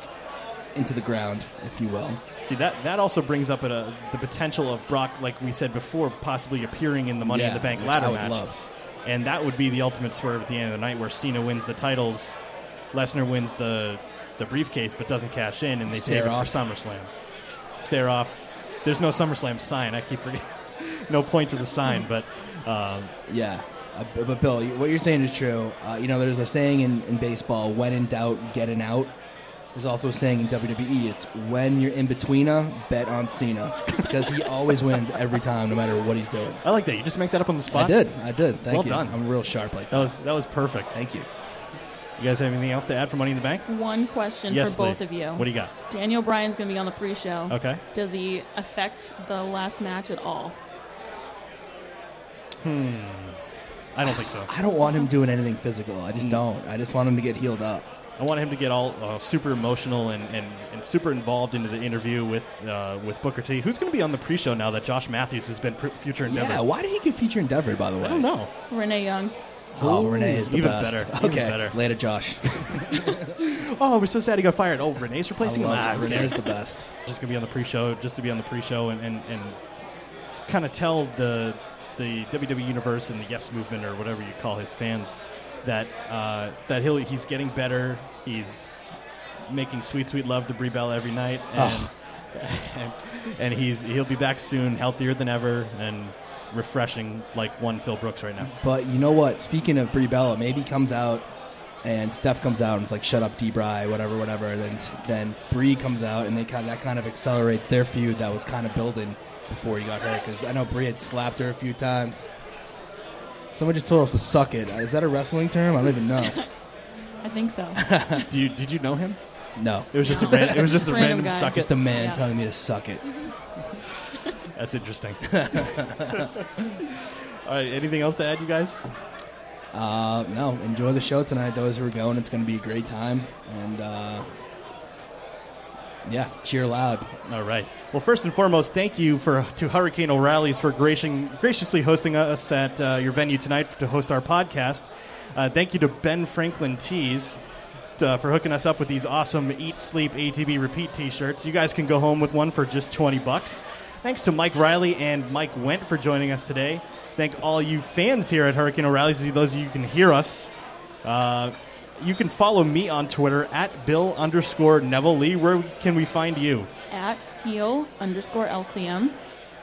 into the ground, if you will. See that that also brings up a, the potential of Brock, like we said before, possibly appearing in the Money in Yeah, the Bank which ladder I would match, love. and that would be the ultimate swerve at the end of the night, where Cena wins the titles, Lesnar wins the the briefcase, but doesn't cash in, and they Stare save off. it for SummerSlam. Stare off. There's no SummerSlam sign. I keep forgetting. no point to the sign, but um, Yeah. Uh, b- but Bill, you- what you're saying is true. Uh, you know, there's a saying in, in baseball: "When in doubt, get an out." There's also a saying in WWE: "It's when you're in betweena, bet on Cena because he always wins every time, no matter what he's doing." I like that. You just make that up on the spot. I did, I did. Thank Well you. done. I'm real sharp like that. That was that was perfect. Thank you. You guys have anything else to add for Money in the Bank? One question yes, for both Lee. of you. What do you got? Daniel Bryan's going to be on the pre-show. Okay. Does he affect the last match at all? I don't think so. Mm. I don't want him doing anything physical. I just don't. I just want him to get healed up. I want him to get all uh, super emotional and, and, and super involved into the interview with uh, with Booker T, who's going to be on the pre-show now that Josh Matthews has been pr- future endeavor. Yeah, why did he get featured in Denver, by the way? I don't know. Renee Young. Oh, Renee is the even best. better, Okay, even better. later, Josh. Oh, we're so sad he got fired. Oh, Renee's I replacing him. Ah, love who it. Renee's cares? the best. just gonna be on the pre-show, just to be on the pre-show and and, and kind of tell the the WWE universe and the Yes Movement or whatever you call his fans that uh, that he'll he's getting better. He's making sweet sweet love to Brie Bella every night, and, and, he's he'll be back soon, healthier than ever, and refreshing like one Phil Brooks right now. But you know what? Speaking of Brie Bella, maybe comes out and Steph comes out and it's like, "Shut up, D. Bry," whatever, whatever. And then then Brie comes out and they kind of, that kind of accelerates their feud that was kind of building before he got hurt. Because I know Brie had slapped her a few times. Someone just told us to suck it. Is that a wrestling term? I don't even know. I think so. Do you did you know him? No, It was just uh, a ran- it was just a Random random guy. suck. just a man Yeah. telling me to suck it. That's interesting. All right, anything else to add, you guys? Uh, no, enjoy the show tonight. Those who are going, it's going to be a great time. And uh, yeah, cheer loud. All right. Well, first and foremost, thank you for to Hurricane O'Reilly's for gracing, graciously hosting us at uh, your venue tonight to host our podcast. Uh, thank you to Ben Franklin Tees uh, for hooking us up with these awesome Eat Sleep ATB Repeat T-shirts. You guys can go home with one for just twenty bucks. Thanks to Mike Riley and Mike Went for joining us today. Thank all you fans here at Hurricane O'Reilly's. Those of you who can hear us. Uh, you can follow me on Twitter at Bill underscore Neville Lee. Where can we find you? At heel underscore LCM.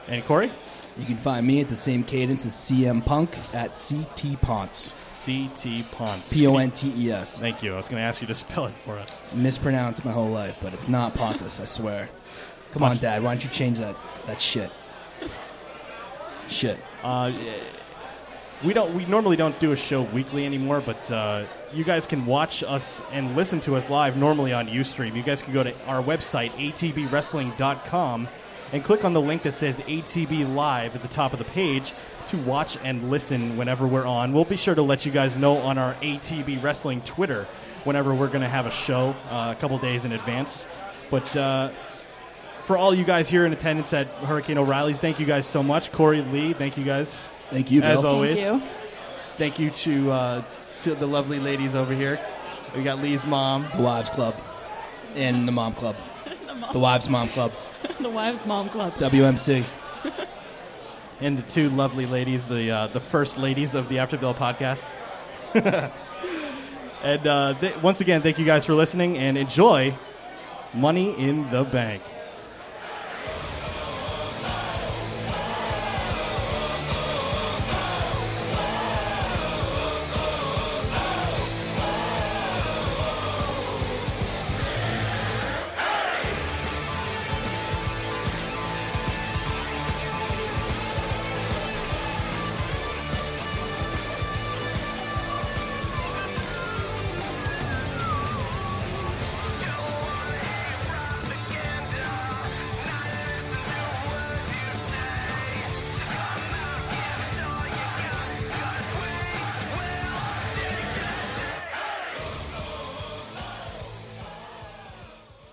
And Corey? You can find me at the same cadence as CM Punk at CT Ponts. CT Ponce. P O N T E S. Thank you. I was going to ask you to spell it for us. Mispronounced my whole life, but it's not Pontus, I swear. Come on, Dad, why don't you change that, that shit? Shit. Uh, we don't. We normally don't do a show weekly anymore, but uh, you guys can watch us and listen to us live normally on UStream. You guys can go to our website atbwrestling.com and click on the link that says ATB Live at the top of the page to watch and listen whenever we're on. We'll be sure to let you guys know on our ATB Wrestling Twitter whenever we're going to have a show uh, a couple days in advance. But uh, for all you guys here in attendance at Hurricane O'Reilly's, thank you guys so much. Corey Lee, thank you guys. Thank you, Bill. As Always. Thank you. Thank you to uh, to the lovely ladies over here. We got Lee's mom. the Wives Club and the Mom Club. The Wives Mom Club. the Wives Mom Club. WMC. and the two lovely ladies, the uh, the first ladies of the Afterbill podcast. and uh, th- once again, thank you guys for listening and enjoy Money in the Bank.